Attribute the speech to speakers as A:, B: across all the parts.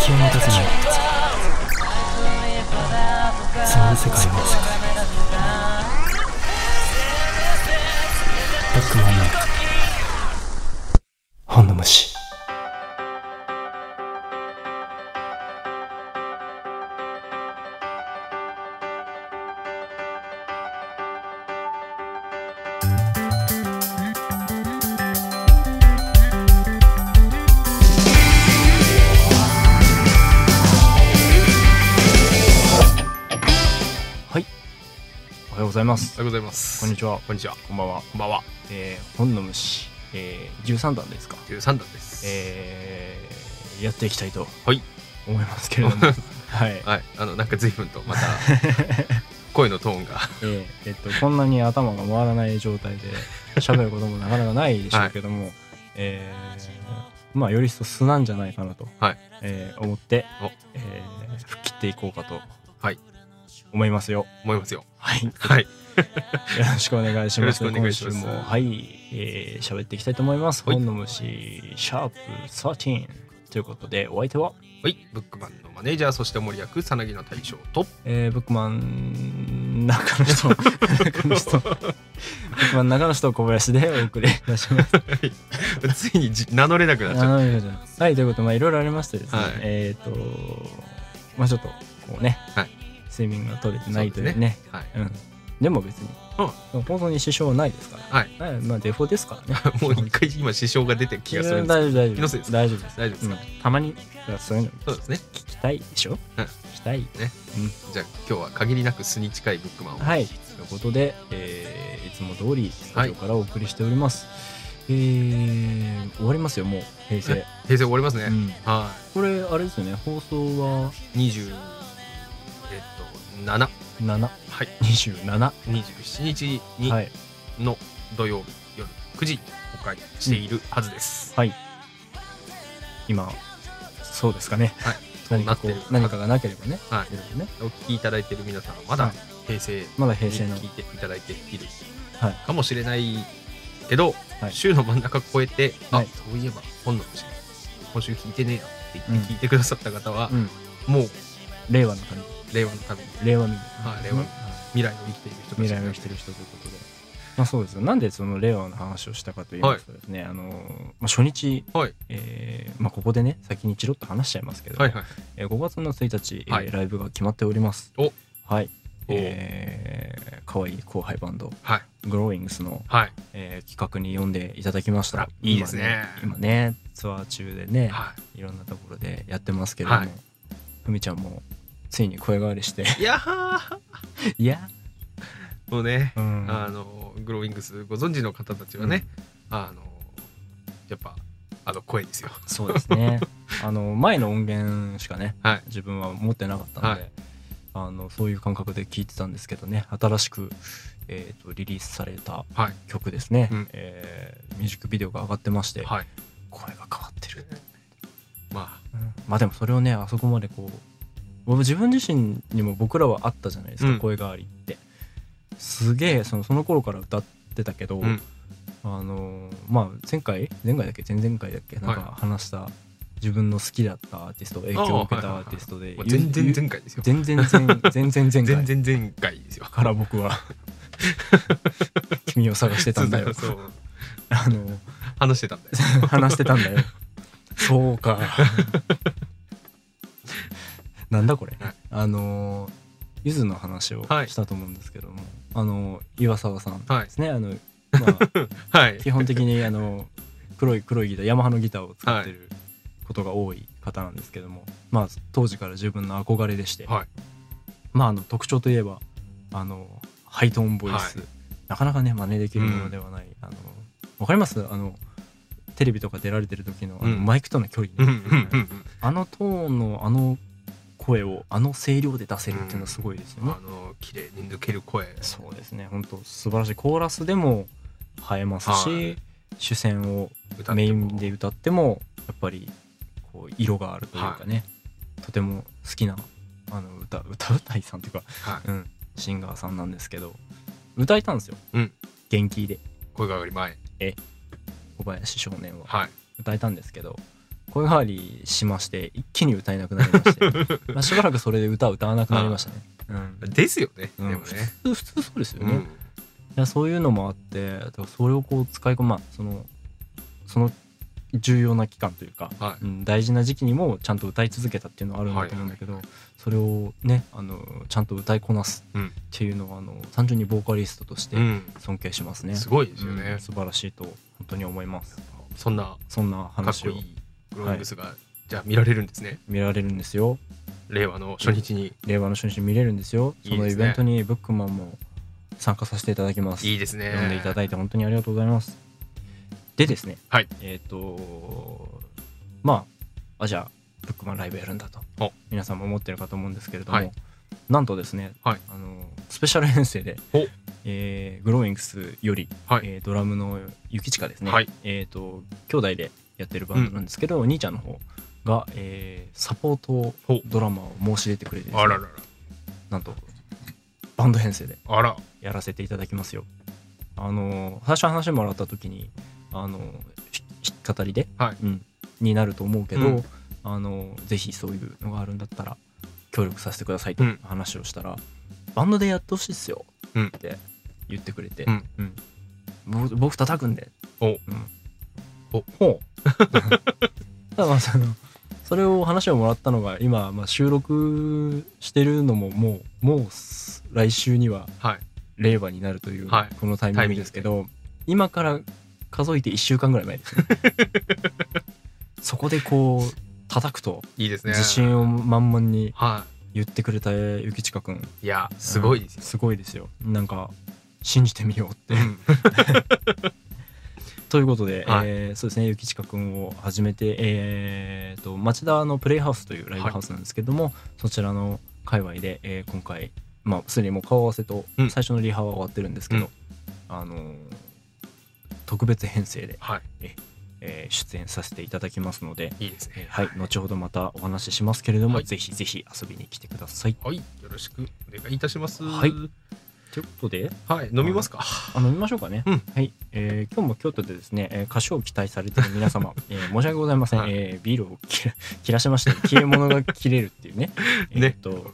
A: 気を持たせないそんな世界は世界バックマンの本の虫
B: おはようございます
C: おはようございます。
B: こんにちは
C: こんにちは。
B: こんばんは、
C: こんばんは。
B: えー、本の虫、えー、13弾ですか
C: 13段です。
B: えー、やっていきたいと
C: はい
B: 思いますけれど もはい、
C: はい。あの、なんか随分と また、声のトーンが。
B: えーえっとこんなに頭が回らない状態で喋ることもなかなかないでしょうけども、えー、まあより一層素なんじゃないかなと、
C: はい
B: えー思って
C: お、
B: えー、吹っ切っていこうかと
C: はい
B: 思いますよ
C: 思いますよ。
B: はいよ
C: はい。
B: ろしくお願いします
C: よろしくお願いします
B: 今週もはいえー喋、っていきたいと思います
C: はい
B: 本の虫シャープ13ということでお相手は
C: はい。ブックマンのマネージャー、そして森役、さなぎの大将と、
B: えー、ブックマン中の人中の人ブックマン中の人小林でお送りいたし ます。
C: ついにじ名乗れなくなっちゃっ
B: あーはいということでまあいろいろありましてですね、
C: はい
B: えっ、とまあちょっとこうね、
C: はい
B: 睡眠が取れてないというね
C: そうでた。はい。
B: うん、でも別に、本当に支障はないですから、
C: はい
B: まあデフォですからね
C: もう一回今、支障が出て る気がするん
B: いや
C: です
B: 大丈夫大
C: 気
B: 丈
C: の
B: 夫
C: せいです
B: 大丈夫です
C: 大丈夫ですか
B: うんたまにそういうの
C: そうですね。
B: 聞きたいでしょ、
C: うん
B: 聞きたい
C: じゃあ今日は限りなく素に近いブックマンを。
B: はい、ということで、えーいつも通りスタジオからお送りしております。えー終わりますよ、もう平成。
C: 平成終わりますね。
B: うん
C: は。
B: これ、あれですよね、放送はい
C: 20、えっと、7。
B: 7、
C: はい。
B: 27、
C: 27日に
B: はい、
C: の土曜日夜9時に公開しているはずです。
B: はい、今、そうですかね、
C: はい。そ う
B: 何
C: な
B: か
C: って
B: こ
C: る。
B: う何かがなければね、
C: はい
B: ですよね
C: お聞きいただいている皆さんはまだ
B: はい
C: 平成
B: まだ
C: に
B: 平成の
C: 聞いていただいている
B: はい
C: かもしれないけど、
B: はい
C: 週の真ん中超えて、
B: はい
C: あそういえば本の虫今週聞いてねえなって言って聞いてくださった方は
B: う、ん、
C: もう
B: 令和の民、
C: 令和のために
B: 令和民、
C: はい令和民未来を生きている人たち
B: 未来を生きてる人ということで。まあそうですよなんでその令和の話をしたかと言いますとですね、あのまあ、初日、
C: はい
B: えーまあ、ここでね先にチロッと話しちゃいますけど、
C: はいはい
B: えー5月の1日、
C: はい
B: えーライブが決まっております
C: お
B: はい
C: お
B: えー、かわいい後輩バンド
C: はい
B: グローイングスの、
C: はい
B: えー企画に呼んでいただきまし
C: あ
B: た
C: いいですね
B: 今ね今ねツアー中でね、、
C: はい
B: ろんなところでやってますけれども、
C: はい
B: ふみちゃんもついに声変わりして
C: いいやー
B: いや
C: もうね、
B: うん
C: あのグローイングスご存知の方たちはね、あのやっぱあの声ですよ
B: そうですね あの前の音源しかね
C: はい
B: 自分は持ってなかったので、
C: は
B: あのそういう感覚で聞いてたんですけどね新しく、えー、とリリースされた
C: はい
B: 曲ですね、
C: うん
B: えーミュージックビデオが上がってまして、
C: はい
B: 声が変わってる、
C: ま
B: まあでもそれをねあそこまでこう僕自分自身にも僕らはあったじゃないですか、
C: うん
B: 声変わりってすげえそのその頃から歌ってたけど、
C: うん
B: あのーまあ前回前回だっけ前々回だっけなんか話した、自分の好きだったアーティスト影響を受けたアーティスト
C: あ
B: で
C: もう全然前回ですよ
B: 全然 前全然前
C: 全
B: 回
C: 然前回ですよ
B: から僕 は君を探してたんだよ
C: そう
B: あの
C: 話してたんだ よ
B: 話してたんだ よそうかなんだこれ、
C: はい
B: あのゆずの話を
C: はい
B: したと思うんですけども、あの岩沢さん
C: はい
B: ですね、あのまあ
C: はい
B: 基本的にあの黒い黒いギターヤマハのギターを使ってることが多い方なんですけども、まあ当時から自分の憧れでして、
C: はい
B: まああの特徴といえばあのハイトーンボイス、
C: は
B: なかなかね真似できるものではない、あのわかりますあのテレビとか出られてる時のあの
C: うん
B: マイクとの距離、
C: うんう
B: ね
C: んうん
B: あのトーンのあの声をあの声量で出せるっていうのはすごいですよ
C: うん
B: ね、
C: あの綺麗に抜ける声
B: そうですね本当素晴らしいコーラスでも映えますし、
C: はい
B: 主戦を
C: 歌っても
B: メインで歌ってもやっぱりこう色があるというかね、とても好きなあの歌歌うたいさんというか、
C: は
B: うん、シンガーさんなんですけど歌えたんですよ、
C: うん
B: 元気で
C: 声が上がり前
B: 小林少年は
C: はい
B: 歌えたんですけど声変わりしまして一気に歌えなくなりまして まあしばらくそれで歌を歌わなくなりましたね、うん
C: ですよね、
B: うん
C: でもね、
B: 普通普通そうですよ
C: う
B: ね、い
C: ん、
B: やそういうのもあってだからそれをこう使い込むまあそのその重要な期間というか、
C: はい
B: うん、大事な時期にもちゃんと歌い続けたっていうのはあるんだと思うんだけど、それをねあのちゃんと歌いこなす
C: うん
B: っていうのはあの単純にボーカリストとして
C: うん
B: 尊敬しますね、
C: すごいですよね
B: うん、素晴らしいと本当に思います
C: そんな
B: そんな
C: かっ
B: 話を
C: こいいグロングスが、じゃあ見られるんですね
B: 見られるんですよ
C: 令和の初日に、
B: 令和の初日見れるんですよ
C: い
B: そ
C: いです
B: の
C: ね
B: イベントにブックマンも参加させていただきます
C: いいですね
B: 読んでいただいて本当にありがとうございます。でですね、
C: はい
B: えっ、とまああじゃあブックマンライブやるんだと
C: お
B: 皆さんも思ってるかと思うんですけれども、
C: はい
B: なんとですね、
C: はい
B: あのスペシャル編成で
C: お、
B: えーグローイングスより、
C: はい
B: えードラムのゆきちかですね、
C: はい
B: えー、と兄弟でやってるバンドなんですけど、お兄ちゃんの方が、えーサポート
C: お
B: ドラマを申し出てくれてですね
C: あららら
B: なんとバンド編成で
C: あら
B: やらせていただきますよ。あの最初話してもらった時にあのひ弾き語りで、
C: はい
B: うん、になると思うけど、
C: うん
B: あのぜひそういうのがあるんだったら協力させてくださいと
C: うん
B: 話をしたら、バンドでやってほしいっすよ
C: うん
B: って言ってくれて、
C: うん
B: うんぼ僕叩くんで
C: お
B: うん
C: お
B: ほう ただまあそのそれを話をもらったのが今、まあ、収録してるのももうもうす来週には
C: はい
B: 令和になるという、
C: はい
B: このタイミングですけど今から数えて1週間ぐらい前です ねそこでこう叩くと
C: いいですね
B: 自信を満々に
C: は
B: 言ってくれたゆきちかくん
C: いいやすごいです
B: うん
C: よ、
B: すごいですよなんか信じてみようって
C: うん
B: ということで、
C: はい
B: えーそうですねゆきちかくんを始めてえー、と町田のプレイハウスというライブハウスなんですけども、そちらの界隈で、えー今回まあすでにもう顔合わせと
C: うん
B: 最初のリハは終わってるんですけど、あのー特別編成で、
C: は
B: えー出演させていただきますので、
C: いいいですね
B: はい、後ほどまたお話ししますけれども、
C: はい
B: ぜひぜひ遊びに来てください。
C: はいよろしくお願いいたします
B: はいということで
C: はい飲みますか
B: あ飲みましょうかね、
C: うん
B: はい、えー今日も京都でですね、えー歌唱を期待されてる皆 様、えー申し訳ございません、
C: はい
B: えービールを切ら 切らしまして消え物が切れるっていう ねえーっと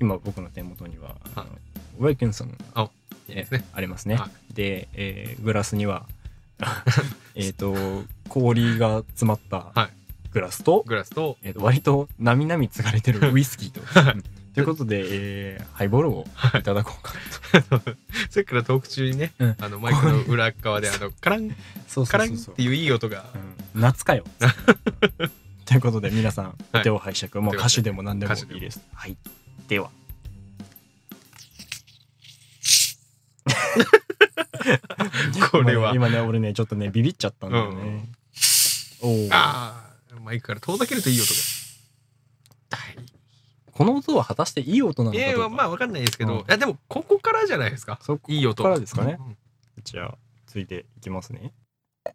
B: 今僕の手元にはあの
C: はい
B: ウェイキンソン
C: あ
B: が、
C: いいで
B: え
C: すね
B: ーありますね、
C: は
B: で、えーグラスに はえーっと氷が詰まった
C: はい
B: グラスと,、
C: グラスと
B: えーっと割となみなみつがれてるウイスキーと、うんということで、えーハイボールをいただこうかなと。
C: さっきからトーク中にね、
B: うん
C: あのマイクの裏側であのカラン
B: そう
C: カ
B: そう
C: ラ
B: そ
C: ン
B: う
C: っ
B: そう
C: ていういい音が
B: うん夏 かよ。ということで皆さん
C: は
B: お
C: い
B: 手を拝借、もう
C: お手を
B: 歌手でも何でも
C: 歌手で
B: い
C: も
B: いです。はい、では。
C: これ は
B: 今ね今ね俺ねちょっとねビビっちゃったんだよね。おお。
C: あーマイクから遠ざけるといい音が。
B: この音は果たしていい音なの
C: い
B: か
C: やい
B: どう
C: や
B: か。
C: まあわかんないですけど、
B: うん
C: いやでもここからじゃないですか。
B: そこ
C: いい音。
B: からですかね
C: うん。
B: じゃあついていきますね。あ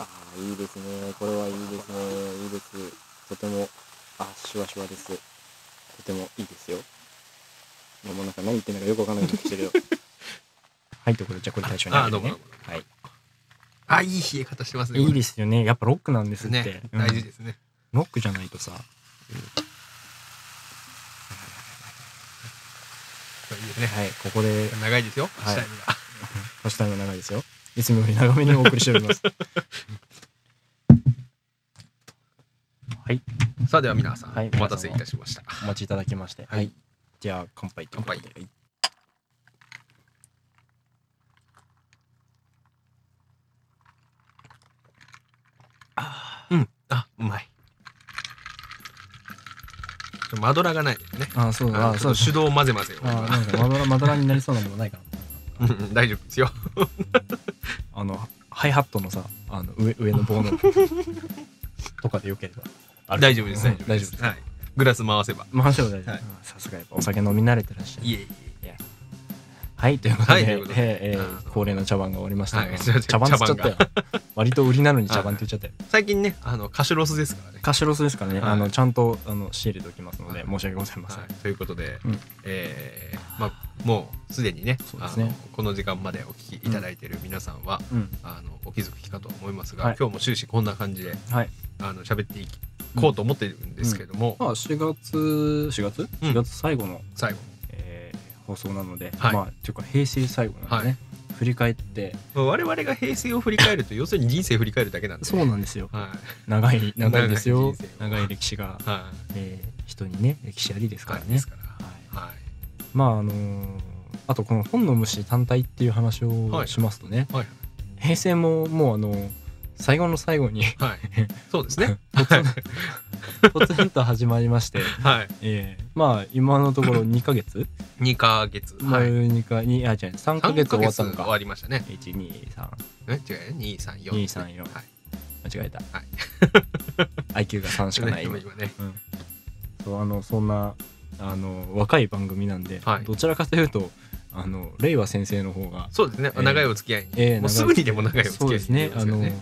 B: あいいですね。これはいいですね。いいです。とてもあシュワシュワです。とてもいいですよ。もうなんか何言ってんのかよくわかんないんですけど。 はいとこれじゃあこれ最初に
C: あ
B: あげ
C: ーどう
B: る
C: もど
B: ね
C: う。も。
B: はい。
C: あいい冷え方してますね。
B: いいですすよね。やっぱロックなんですって。
C: ね。
B: うん
C: 大事ですね。
B: ロックじゃないとさ。
C: これいいですね。
B: はいここで
C: 長いですよ。
B: はい
C: 下には
B: 星タイム長いですよ。いつもより長めにお送りしております。 はい、
C: さあでは皆さん、
B: はい
C: お待たせいたしました。
B: お待ちいただきまして。
C: はい
B: じゃあ、乾杯ということで。
C: 乾
B: はい
C: うん。あうまい。ちょマドラーがないですね。
B: あ、そうだ、
C: あ
B: あ
C: のち
B: そ
C: ょ
B: う
C: っと手
B: だ。
C: 動混ぜ混ぜを
B: あ、なんかまどら、まどらになりそうなものないかな。
C: うんうん 大丈夫ですよ。
B: あの、ハイハットのさ、あの、上、上の棒の。 とかでよければ。ある
C: 大丈夫です。
B: う
C: 大
B: ん
C: 丈夫
B: 大
C: で
B: 丈夫
C: す。
B: です。
C: はい。グラス回せば。
B: まあ、そう大丈夫
C: はい
B: うん。さすが、やっぱお酒飲み慣れてらっしゃる。
C: いえい
B: い
C: え。
B: やはい、ということ
C: はい
B: で、
C: と
B: え
C: いうことで
B: えええ
C: うん
B: 恒例の茶番が終わりましたが、
C: はい
B: 茶番って言っちゃったよ。割と売りなのに茶番って言っちゃったよ。
C: 最近ねあの歌手ロスですからね、
B: カシロスですからね、
C: はい
B: あのちゃんとあの仕入れておきますので、
C: はい
B: 申し訳ございません。
C: はい、ということで、
B: うん
C: えーまあ、もうすでにね
B: そうですね
C: あのこの時間までお聞きいただいている皆さんは、
B: うん、
C: あのお気づきかと思いますが、
B: はい
C: 今日も終始こんな感じで
B: はい。
C: あの喋っていこうと思っているんですけども、
B: まあ、4月、4月
C: うん
B: ?4 月最後の、
C: 最後
B: えー放送なので、
C: はい
B: まあ、というか平成最後なのでね、
C: はい
B: 振り返って、
C: まあ我々が平成を振り返ると要するに人生振り返るだけなんで
B: そうなんですよ。
C: は
B: 長い、長いですよ
C: 長い人。生
B: 長い歴史が、
C: いはい
B: えー人にね、歴史ありですから
C: で
B: ね
C: す。から
B: はい
C: は
B: まああのーあとこの本の虫単体っていう話を
C: はい
B: しますとね、
C: いはい
B: 平成ももうあのー最後の最後に
C: はいそうですね
B: 突然突然と始まりまして、
C: はい
B: ええまあ今のところ2ヶ月
C: 2ヶ月はい
B: 丸2かにあじゃあ3ヶ
C: 3
B: 月終
C: ヶ
B: わっ
C: 月
B: たの
C: 終わ
B: か
C: りましたね
B: 123間
C: え違うね234
B: 234
C: はい
B: 違えた、
C: はい
B: IQ が3しかない今、
C: 今ね
B: うんそうあのそんなあの若い番組なんで、
C: はい
B: どちらかというとあの令和先生の方が
C: そうですね、
B: えー
C: 長いお付き合いに、
B: えー
C: もうすぐにでも長いお付き合い
B: そう
C: に
B: ですね。あ
C: なります
B: の
C: よ、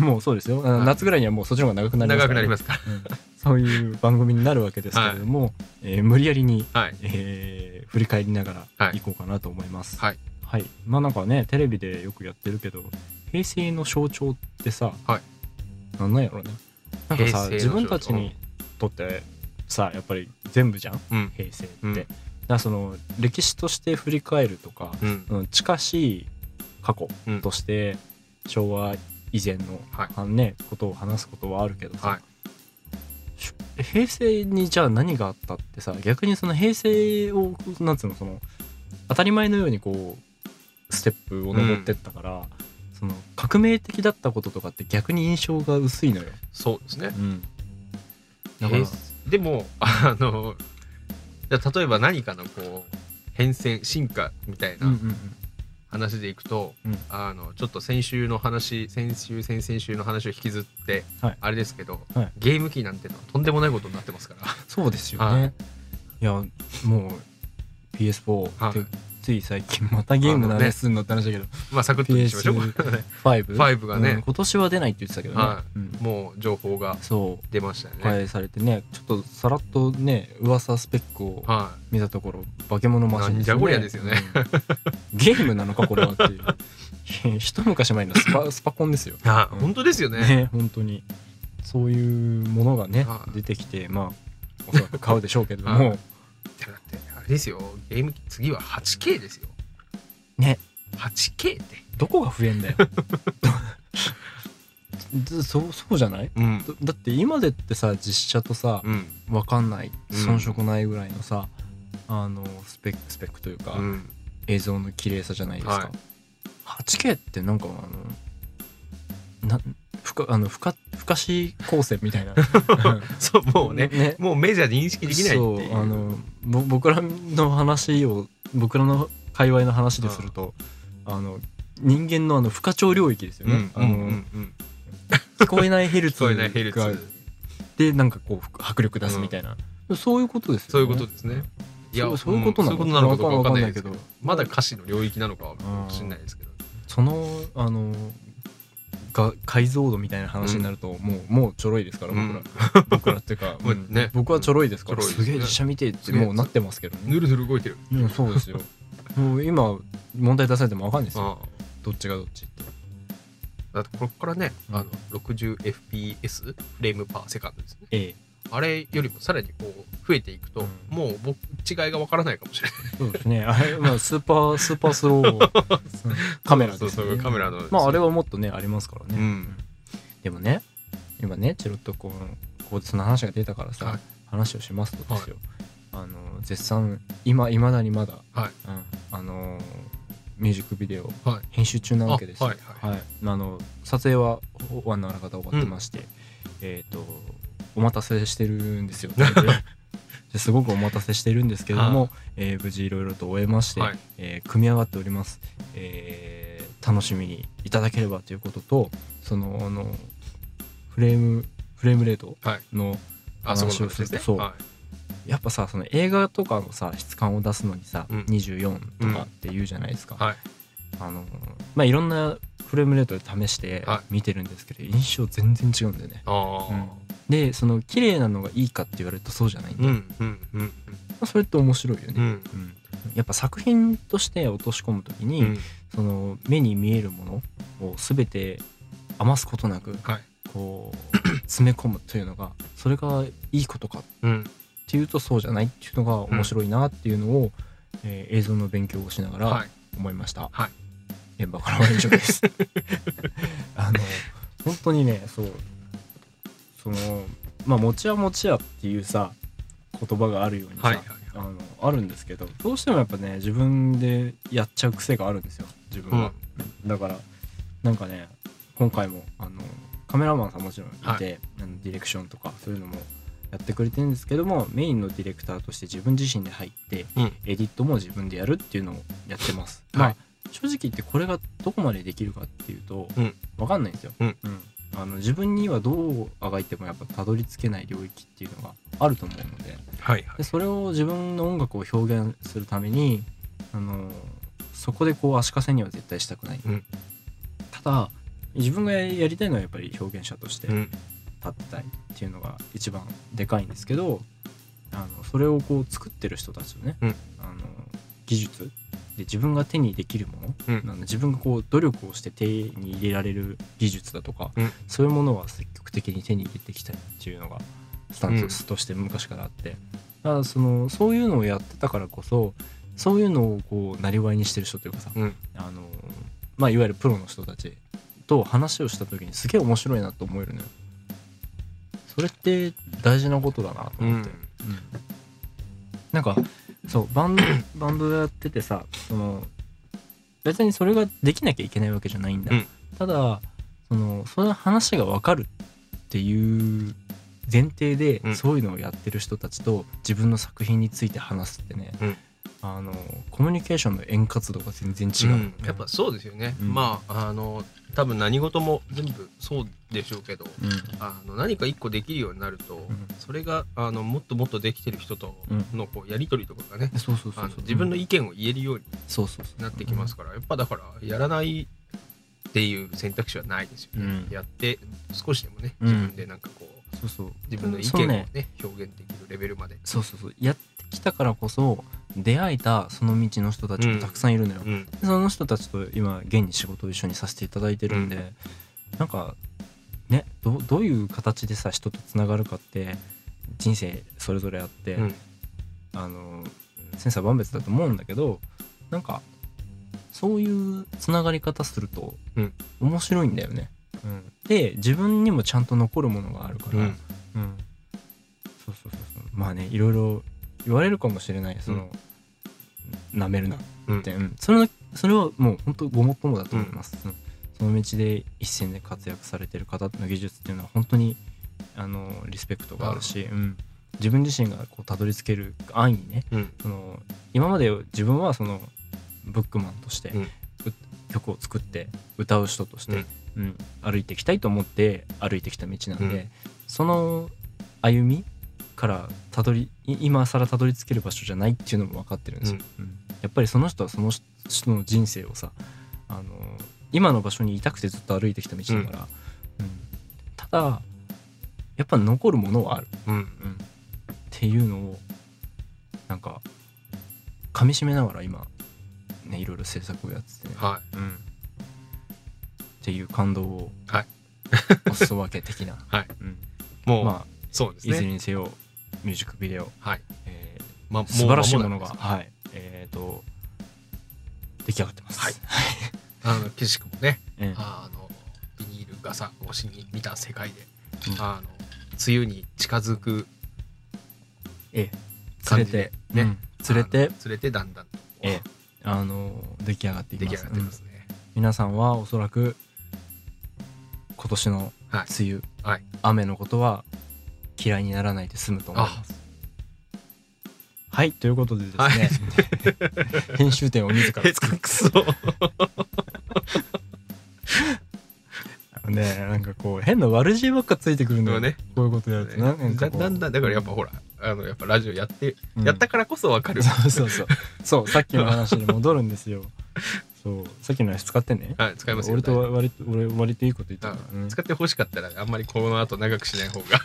B: もうそうですよ。あの
C: はい
B: 夏ぐらいにはもうそっちの方が長くなります
C: 長
B: か
C: くな
B: ら
C: り
B: ね、
C: ますか
B: うんそういう番組になるわけですけれども、えー無理やりに、
C: らはい
B: えー振り返りながら
C: はい
B: 行こうかなと思います。
C: はい。
B: はい。まあなんかね、テレビでよくやってるけど、平成の象徴ってさ、
C: はい
B: なんなんやろね。なんか
C: 平成の象
B: さ、
C: 徴
B: 自分たちにとってさ、やっぱり全部じゃん
C: うん
B: 平成って。
C: うん
B: だからその歴史として振り返るとか、
C: うん
B: うん、近しい過去
C: うん
B: として昭和以前の、
C: はい
B: あのね、ことを話すことはあるけどさ、
C: はい
B: し平成にじゃあ何があったってさ逆にその平成をなんつうのその当たり前のようにこうステップを登ってったから、その革命的だったこととかって逆に印象が薄いのよ。
C: そうですね
B: うん、だから
C: 平成でもあのじゃあ例えば何かのこう変遷進化みたい
B: うんう
C: なん
B: うん
C: 話でいくと、
B: うん
C: あのちょっと先週の話先週先々週の話を引きずって、
B: はい
C: あれですけど、
B: はい
C: ゲーム機なんてのはとんでもないことになってますから
B: そうですよ
C: は
B: ね。いやもう PS4 って、
C: はい
B: つい最近またゲームの
C: あのね
B: 話すんのって話だけど、
C: まあサクッとにしましょう
B: 5?
C: 5がね
B: うん今年は出ないって言ってたけどね、
C: は
B: うん
C: もう情報が
B: そう
C: 出ましたよね、
B: 開催されてねちょっとさらっとね噂スペックを
C: は
B: 見たところ化け物マシン
C: なんじゃこりゃですよね
B: うんゲームなのかこれはっていう一昔前のス パスパコンですよ
C: い、あ
B: うん
C: 本当ですよね
B: ね本当にそういうものがね
C: はい
B: 出てきてまあおそらく買うでしょうけども、
C: はだってあれですよゲーム機次は 8K ですよ
B: ね
C: 8K って
B: どこが増えんだよ ずそうそうじゃない
C: うん
B: だだって今でってさ実写とさ
C: うん
B: 分かんない
C: うん
B: 遜色ないぐらいのさ、あのスペックスペックというか、
C: うん
B: 映像の綺麗さじゃないですか、
C: はい
B: 8K ってなんかあのなふかあのふかふかし光線みたいな
C: そう もうね
B: ね
C: もうメジャーで認識できないって
B: そう
C: いう
B: あのぼ僕らの話を僕らの界隈の話ですると、あの人間のあの不可調領域ですよ
C: う
B: ね
C: ん、
B: あ
C: うん
B: の
C: うんうん
B: 聞こえないヘルツ
C: そう いうねヘルツ
B: がでなんかこうふく迫力出すみたいな、そういうことですよね
C: そういうことですねいや
B: そうそういうこと
C: ん
B: な
C: そう
B: の
C: いうことなのかどうかわかんない
B: わかんないけ
C: け
B: ど
C: どまだ歌詞の領域なのかもしれないですけど
B: そのあのが解像度みたいな話になると、もうもうちょろいですから僕ら、
C: うん
B: 僕ら っていうか、
C: もう
B: うん
C: ね
B: 僕はちょろいですから、
C: ちょろいです
B: す
C: ね
B: げえ実写見てって
C: すげえ
B: もうなってますけどね
C: ぬるぬる動いてる
B: うんそうですよ もう今問題出されてもわかんないですよ
C: あ
B: どっちがどっち って
C: あだってここからね
B: うん
C: あの 60fps フレームパーセカンドですね
B: A
C: あれよりもさらにこう増えていくと、
B: うん
C: もう僕違いがわからないかもしれない
B: そうですねあれ、まあ、スーパ ースーパースローうんカメラです、
C: そ
B: ね、
C: うそうそうカメラの
B: まああれはもっとねありますからね、
C: うん
B: でもね今ねチロッとこうこうその話が出たからさ、
C: はい
B: 話をしますとですよ、あの絶賛今いまだにまだ、
C: はい
B: うんあのーミュージックビデオ、
C: はい
B: 編集中なわけですよ、
C: あはいはい
B: あの撮影はワンの方終わってまして、えっ、とお待たせしてるんです よですごくお待たせしてるんですけれども、えー無事いろいろと終えまして、
C: はい
B: えー組み上がっております、えー楽しみにいただければということとそのあのフレームフレームレート
C: はい
B: の
C: あそこの
B: 話を
C: 話
B: す
C: で
B: る
C: すね
B: そう
C: は
B: やっぱさその映画とかのさ質感を出すのにさ、
C: うん
B: 24とかって言うじゃないですか、
C: はい
B: あのまあいろんなフレームレートで試して
C: は
B: 見てるんですけど、印象全然違うんだよね
C: ああ
B: でその綺麗なのがいいかって言われるとそうじゃないんだ、
C: うんう
B: ま
C: んうん
B: あ、それって面白いよね、
C: うん
B: うんやっぱ作品として落とし込むときに、
C: うん
B: その目に見えるものを全て余すことなく
C: はい
B: こう 詰め込むというのがそれがいいことかっ
C: うん
B: ていうとそうじゃないっていうのが面白いなっていうのを、えー映像の勉強をしなが
C: は
B: ら
C: い
B: 思いました、
C: はい
B: 現場からは以上です あの本当にねそうそのまあ「持ちや持ちや」っていうさ言葉があるようにさ、
C: はいはい
B: あのあるんですけどどうしてもやっぱね自分でやっちゃう癖があるんですよ自分は、だからなんかね今回もあのカメラマンさんもちろんいて、
C: はい
B: あのディレクションとかそういうのもやってくれてるんですけどもメインのディレクターとして自分自身で入って
C: うん
B: エディットも自分でやるっていうのをやってます、
C: はい
B: まあ正直言ってこれがどこまでできるかっていうと、
C: うん
B: わかんないんですよ、
C: うん
B: あの自分にはどうあがいてもやっぱたどり着けない領域っていうのがあると思うので
C: はいはい
B: でそれを自分の音楽を表現するためにあのそこでこう足かせには絶対したくない、
C: うん
B: ただ自分がやりたいのはやっぱり表現者として
C: う
B: 立
C: ん
B: ってたいっていうのが一番でかいんですけどあのそれをこう作ってる人たちのね、
C: うん
B: あの技術で自分が手にできるもの
C: うん
B: なんで自分がこう努力をして手に入れられる技術だとか、
C: うん
B: そういうものは積極的に手に入れていきたいっていうのがスタンスとして昔からあって、だからそのそういうのをやってたからこそそういうのをこうなりわいにしてる人というかさ、
C: うん
B: あのまあ、いわゆるプロの人たちと話をした時にすげえ面白いなと思えるのよ。それって大事なことだなと
C: う
B: 思っ
C: ん
B: て、なんかそうバン ドバンドやっててさその別にそれができなきゃいけないわけじゃないんだ、
C: うん
B: ただそのその話が分かるっていう前提で、
C: うん
B: そういうのをやってる人たちと自分の作品について話すってね、
C: うん
B: あのコミュニケーションの円滑度が全然違う、
C: うんやっぱそうですよね
B: うん
C: まああの多分何事も全部そうでしょうけどあの何か一個できるようになると、
B: ん
C: それがあのもっともっとできてる人とのこうやり取りとかがね、
B: うんそうそうそう
C: あの
B: そう
C: 自分の意見を言えるように
B: そうそうそう
C: なってきますから、やっぱだからやらないっていう選択肢はないですよね、
B: うん
C: やって少しでもね
B: うん
C: 自分でなんかこう
B: そうそう
C: 自分の意
B: そ
C: 見
B: う
C: を
B: ね
C: ね表現できるレベルまで、
B: そうそうそうやってきたからこそ出会えたその道の人たちもたくさんいるのよ、
C: うん
B: でその人たちと今現に仕事を一緒にさせていただいてるんで、
C: う
B: なんかねどどういう形でさ人とつながるかって人生それぞれあって、
C: うん
B: あのセンサー万別だと思うんだけどなんかそういうつながり方すると
C: うん
B: 面白いんだよね。うんで自分にもちゃんと残るものがあるから、
C: うん
B: うんそうそうそうそうまあねいろいろ言われるかもしれないその、なめるなって、うんそれはそれはもう本当ごもっともだと思います、うんその道で一線で活躍されてる方の技術っていうのは本当にあのリスペクトがあるし、うん自分自身がこうたどり着ける安易にね
C: うん
B: その今まで自分はそのブックマンとして、
C: うん
B: う曲を作って歌う人として、
C: うん
B: うん歩いていきたいと思って歩いてきた道なんで、
C: うん
B: その歩みからたどりい今更たどり着ける場所じゃないっていうのも分かってるんですよ、うんやっぱりその人はその人の人生をさあの今の場所にいたくてずっと歩いてきた道だから、うんただやっぱ残るものはある
C: うん
B: っていうのをなんか噛みしめながら今ねいろいろ制作をやっててね、
C: は
B: うんっていう感動を、
C: はい
B: お裾分け的な、
C: はい
B: うん
C: いもう、
B: まあ
C: そうです
B: いずれ
C: ね
B: にせよミュージックビデオ、
C: はい、
B: えー
C: まあ、
B: 素晴らしいも
C: う間
B: の
C: も
B: が
C: なくです
B: はいえー、と出来上がってます、
C: はいあの岸君もね
B: えー
C: あのビニール傘越しに見た世界で、
B: うん
C: あの梅雨に近づく
B: えー
C: 感
B: 連れ
C: じで
B: て、
C: ね
B: うん連れて
C: あの連れてだんだんと
B: えーあの出来上がっていき
C: 出来
B: ま
C: 上
B: す
C: がってますね、
B: うん皆さんはおそらく今年の
C: はい
B: 梅雨、
C: はい
B: 雨のことは嫌いにならないで済むと思います。はいということでですね、
C: はい
B: 編集点を自ら作る
C: くそ
B: ねなんかこう変な悪知恵ばっかついてくるの
C: そ
B: よ
C: うね
B: こういうことやるとねなんか
C: だ
B: こう
C: だんだんだからやっぱほらああのやっぱラジオやって、
B: うん
C: やったからこそわか る。
B: そうそうそうそうさっきの話に戻るんです よそうさっきの話使ってね
C: はい、使いますよ。
B: 俺とわ割と俺割といいこと言った
C: は
B: か
C: い
B: らね
C: 使ってほしかったら、あんまりこの後長くしない方が い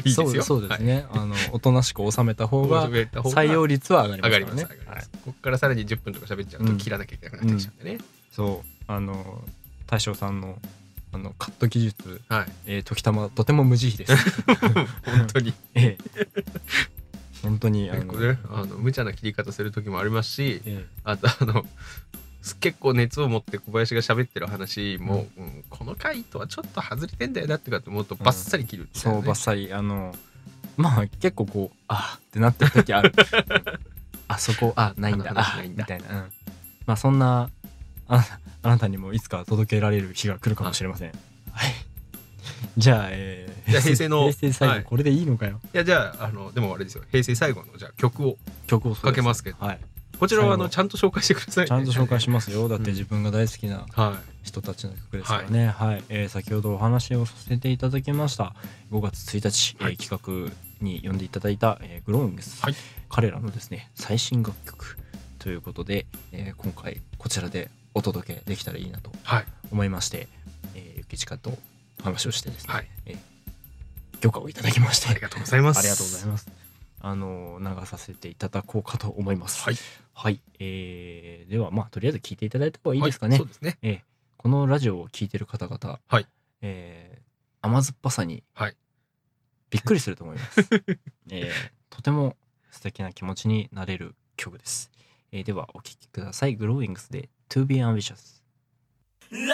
C: いです
B: そ
C: よ。
B: うそうですね、あのおとなしく収めた方
C: は
B: が
C: い。上た方が
B: 採用率は上
C: 上
B: が
C: が
B: り
C: り
B: ます
C: ま
B: から
C: す、上
B: ね
C: がります。ここからさらに10分とか喋っちゃう
B: う
C: と
B: ん
C: 切らなきゃいけなくなってきちゃうんでね。
B: そうあの大将さんのあのカット技術、
C: はい。
B: えー、時たまとても無慈悲です
C: 本当に。
B: ええ本当にあ
C: 結構
B: の、
C: ね、あの無茶な切り方する時もありますし、
B: え
C: あとあの、す 結構熱を持って小林が喋ってる話も、うんこの回とはちょっと外れてんだよなってかと思うとバッサリ切る
B: えそうばっ
C: サ
B: さりあのまあ結構こうあってなってる時あ るうんあそこあないんだ
C: あの話
B: あ
C: ないんだ
B: みたいな、うんまあそんなああなたにもいつか届けられる日が来るかもしれませんはいじゃあ、えー、
C: じゃあ平成の
B: 平成最後、
C: はい
B: これでいいのかよ
C: いやじゃああのでもあれですよ平成最後のじゃあ曲を
B: 曲を
C: かけますけど
B: はい
C: こちらはあ
B: 最
C: の
B: 後
C: ちゃんと紹介してくださいね、
B: ちゃんと紹介し
C: ま
B: ます よだって
C: うん
B: 自分が大好きな
C: すはい
B: 人たちの曲ですからね、はいえー先ほどお話をさせていただきました5月1日、
C: はい
B: えー企画に呼んでいただいた、えーグローンです、
C: はい
B: 彼らのですね最新楽曲ということで、えー今回こちらでお届けできたらいいなと
C: はい
B: 思いまして、えー、ゆきちかとお話をしてですね、
C: はい
B: 許可をいただきまして
C: ありがとうございます
B: ありがとうございます。あの流させていただこうかと思います。
C: はい。
B: はい、えーではまあとりあえず聞いていただいた方がいい
C: は
B: ですかね。
C: そうですね
B: えーこのラジオを聞いてる方々、
C: はい
B: えー甘酸っぱさに、
C: はい
B: びっくりすると思います。 えーとても素敵な気持ちになれる曲です。えーではお聴きください。グローイングスで To Be Ambitious。
D: La la la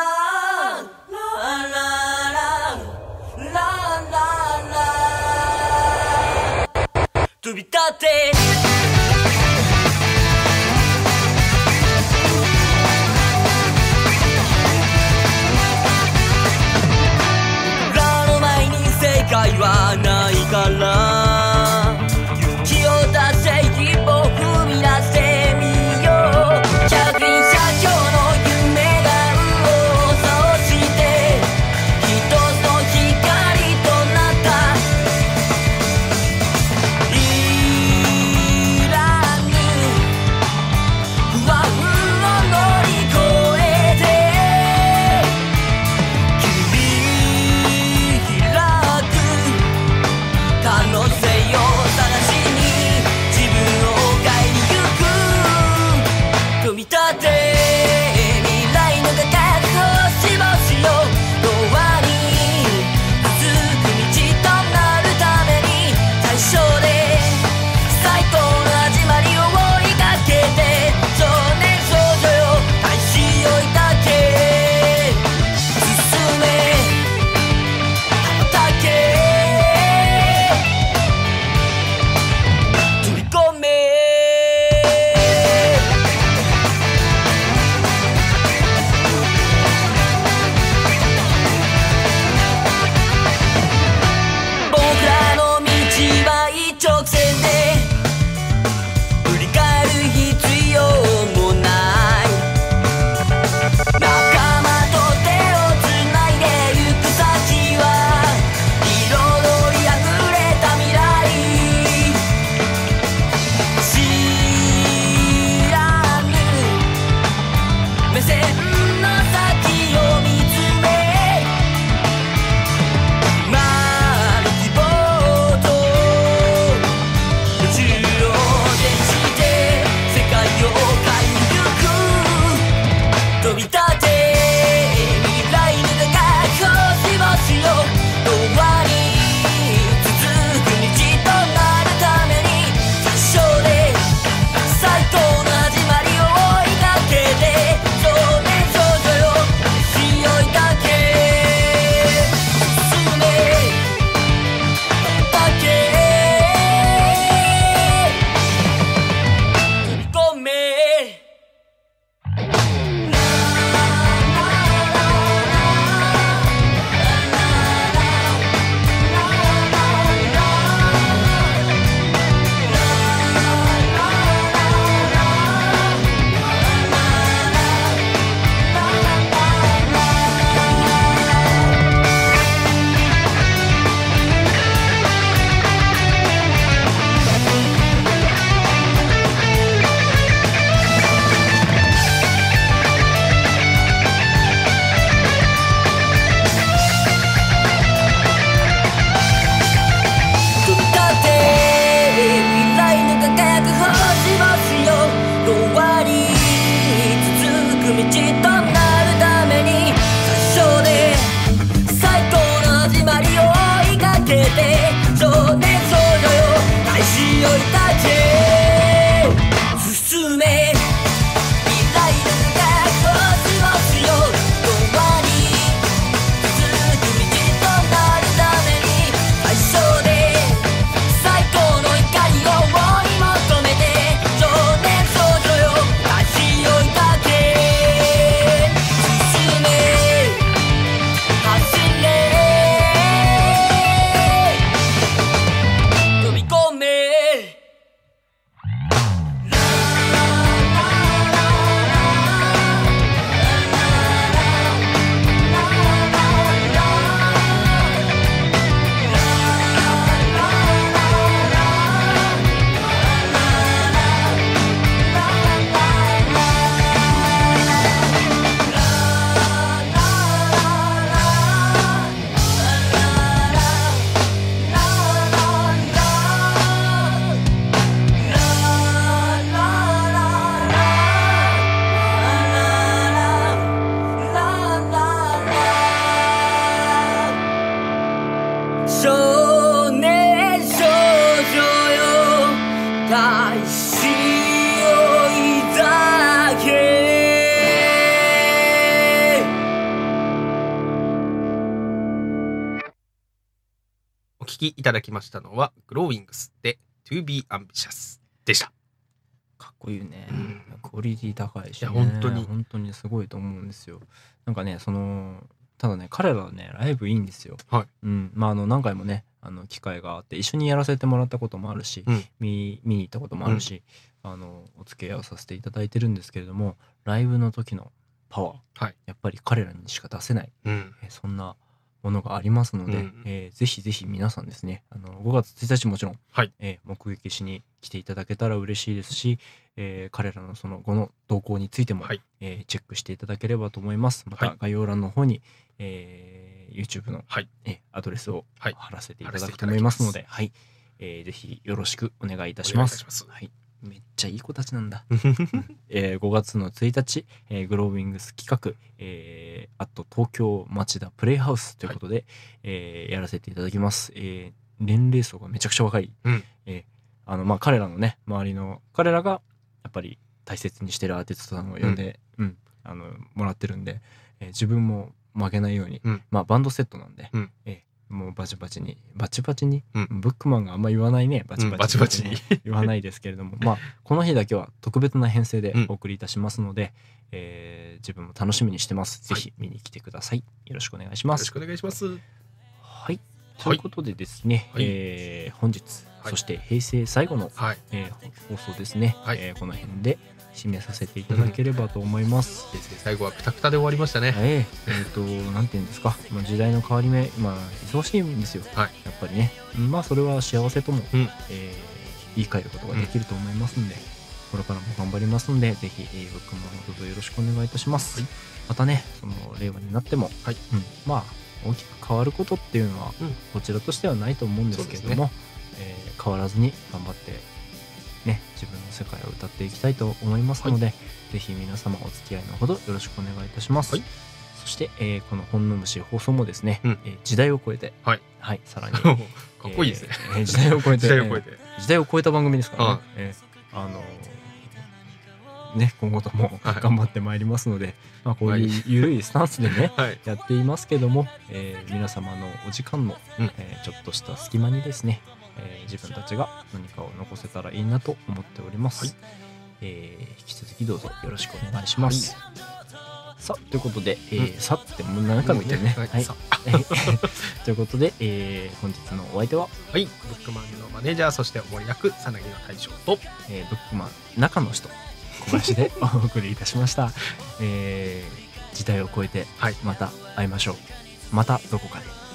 D: la la la la la la la 飛び立て裏の前に正解はないから気を出せ一歩踏み出してみよう百人社長の夢が右往左往して一つの光となった今
C: 聞きいただきましたのは、グローイングスで To Be Ambitious でした。
B: かっこいいね
C: うん
B: クオリティ高いし、
C: い
B: ね、
C: や本当に
B: 本当にすごいと思うんですよなんかねそのただね彼らはねライブいいんですよ、
C: はい
B: うん、まああの何回もねあの機会があって一緒にやらせてもらったこともあるし、
C: うん
B: 見見に行ったこともあるし、あのお付き合いをさせていただいてるんですけれどもライブの時のパワー、
C: はい
B: やっぱり彼らにしか出せない
C: うん。
B: えーそんなものがありますので、
C: うん
B: えーぜひぜひ皆さんですねあの5月1日もちろん、
C: はい
B: えー目撃しに来ていただけたら嬉しいですし、えー彼らのその後の動向についても、
C: はい
B: えーチェックしていただければと思いますまた
C: はい
B: 概要欄の方に、えー YouTube の、
C: はい
B: えーアドレスを
C: はい
B: 貼らせていただくと思いますので、はいえーぜひよろしくお願いいたします
C: お願いいたしま
B: はい、めっちゃいい子たちなん だえー5月の1日、えーグロービングス企画、えーあと東京町田プレイハウスということで、えーやらせていただきます、えー年齢層がめちゃくちゃ若い、
C: うん
B: えーあのまあ、彼らのね周りの彼らがやっぱり大切にしてるアーティストさんを呼んで、うんあのもらってるんで、えー自分も負けないように、
C: うん
B: まあ、バンドセットなんで、
C: うん
B: えーもうバチバチにバチバチに、
C: うん
B: ブックマンがあんま言わないねバチバチ,、
C: うんバチバチに
B: 言わないですけれどもまあこの日だけは特別な編成で
C: うん
B: お送りいたしますので、えー自分も楽しみにしてます。ぜ
C: はい
B: ひ見に来てください。よろしくお願いし
C: よ
B: ま
C: ろ
B: す
C: し。くお願いします。
B: はい。ということでですね、
C: はい
B: えー本日、
C: はい
B: そして平成最後の、
C: はい。
B: えー放送ですね、
C: はい
B: えーこの辺で締めさせていただければと思います。
C: 平成最後はくたくたで終わりましたね。
B: えええっ、と、なんて言うんですか、まあ、時代の変わり目、まあ、忙しいんですよ、
C: はい
B: やっぱりね。まあ、それは幸せとも、
C: うん
B: えー言い換えることができると思いますんで、これからも頑張りますんで、ぜひ、えー、僕もどうぞよろしくお願いいたします。
C: はい
B: またね、その、令和になっても、
C: はい
B: うんまあ、大きく変わることっていうのは、
C: うん
B: こちらとしてはないと思うんですけれども、えー変わらずに頑張って、ね、自分の世界を歌っていきたいと思いますので、ぜひ皆様お付き合いのほどよろしくお願いいたします。
C: はい
B: そして、えーこの「本の虫」放送もですね、
C: うん
B: えー時代を超えて、
C: はい
B: さらに
C: かっこいいですね。
B: えーえー時代を超えて
C: 時代を超えて。
B: 時代を超えた番組ですからね
C: ああ、
B: えーあのーね、今後とも
C: はい
B: 頑張ってまいりますので、まあ、こうい
C: は
B: う緩いスタンスでね
C: はい。
B: やっていますけども、えー皆様のお時間の、
C: うん
B: えーちょっとした隙間にですね、えー自分たちが何かを残せたらいいなと思っております、
C: はい
B: えー引き続きどうぞよろしくお願いします、さあということで、えーさってもう何回も言ってるね、
C: はい
B: はい
C: さ
B: ということで、えー本日のお相手は、
C: はい。ブックマンのマネージャー、そして思い役、さなぎの大将と、
B: えーブックマン中の人小林 でお送りいたしました、えー時代を超えて
C: はい
B: また会いましょうまたどこかで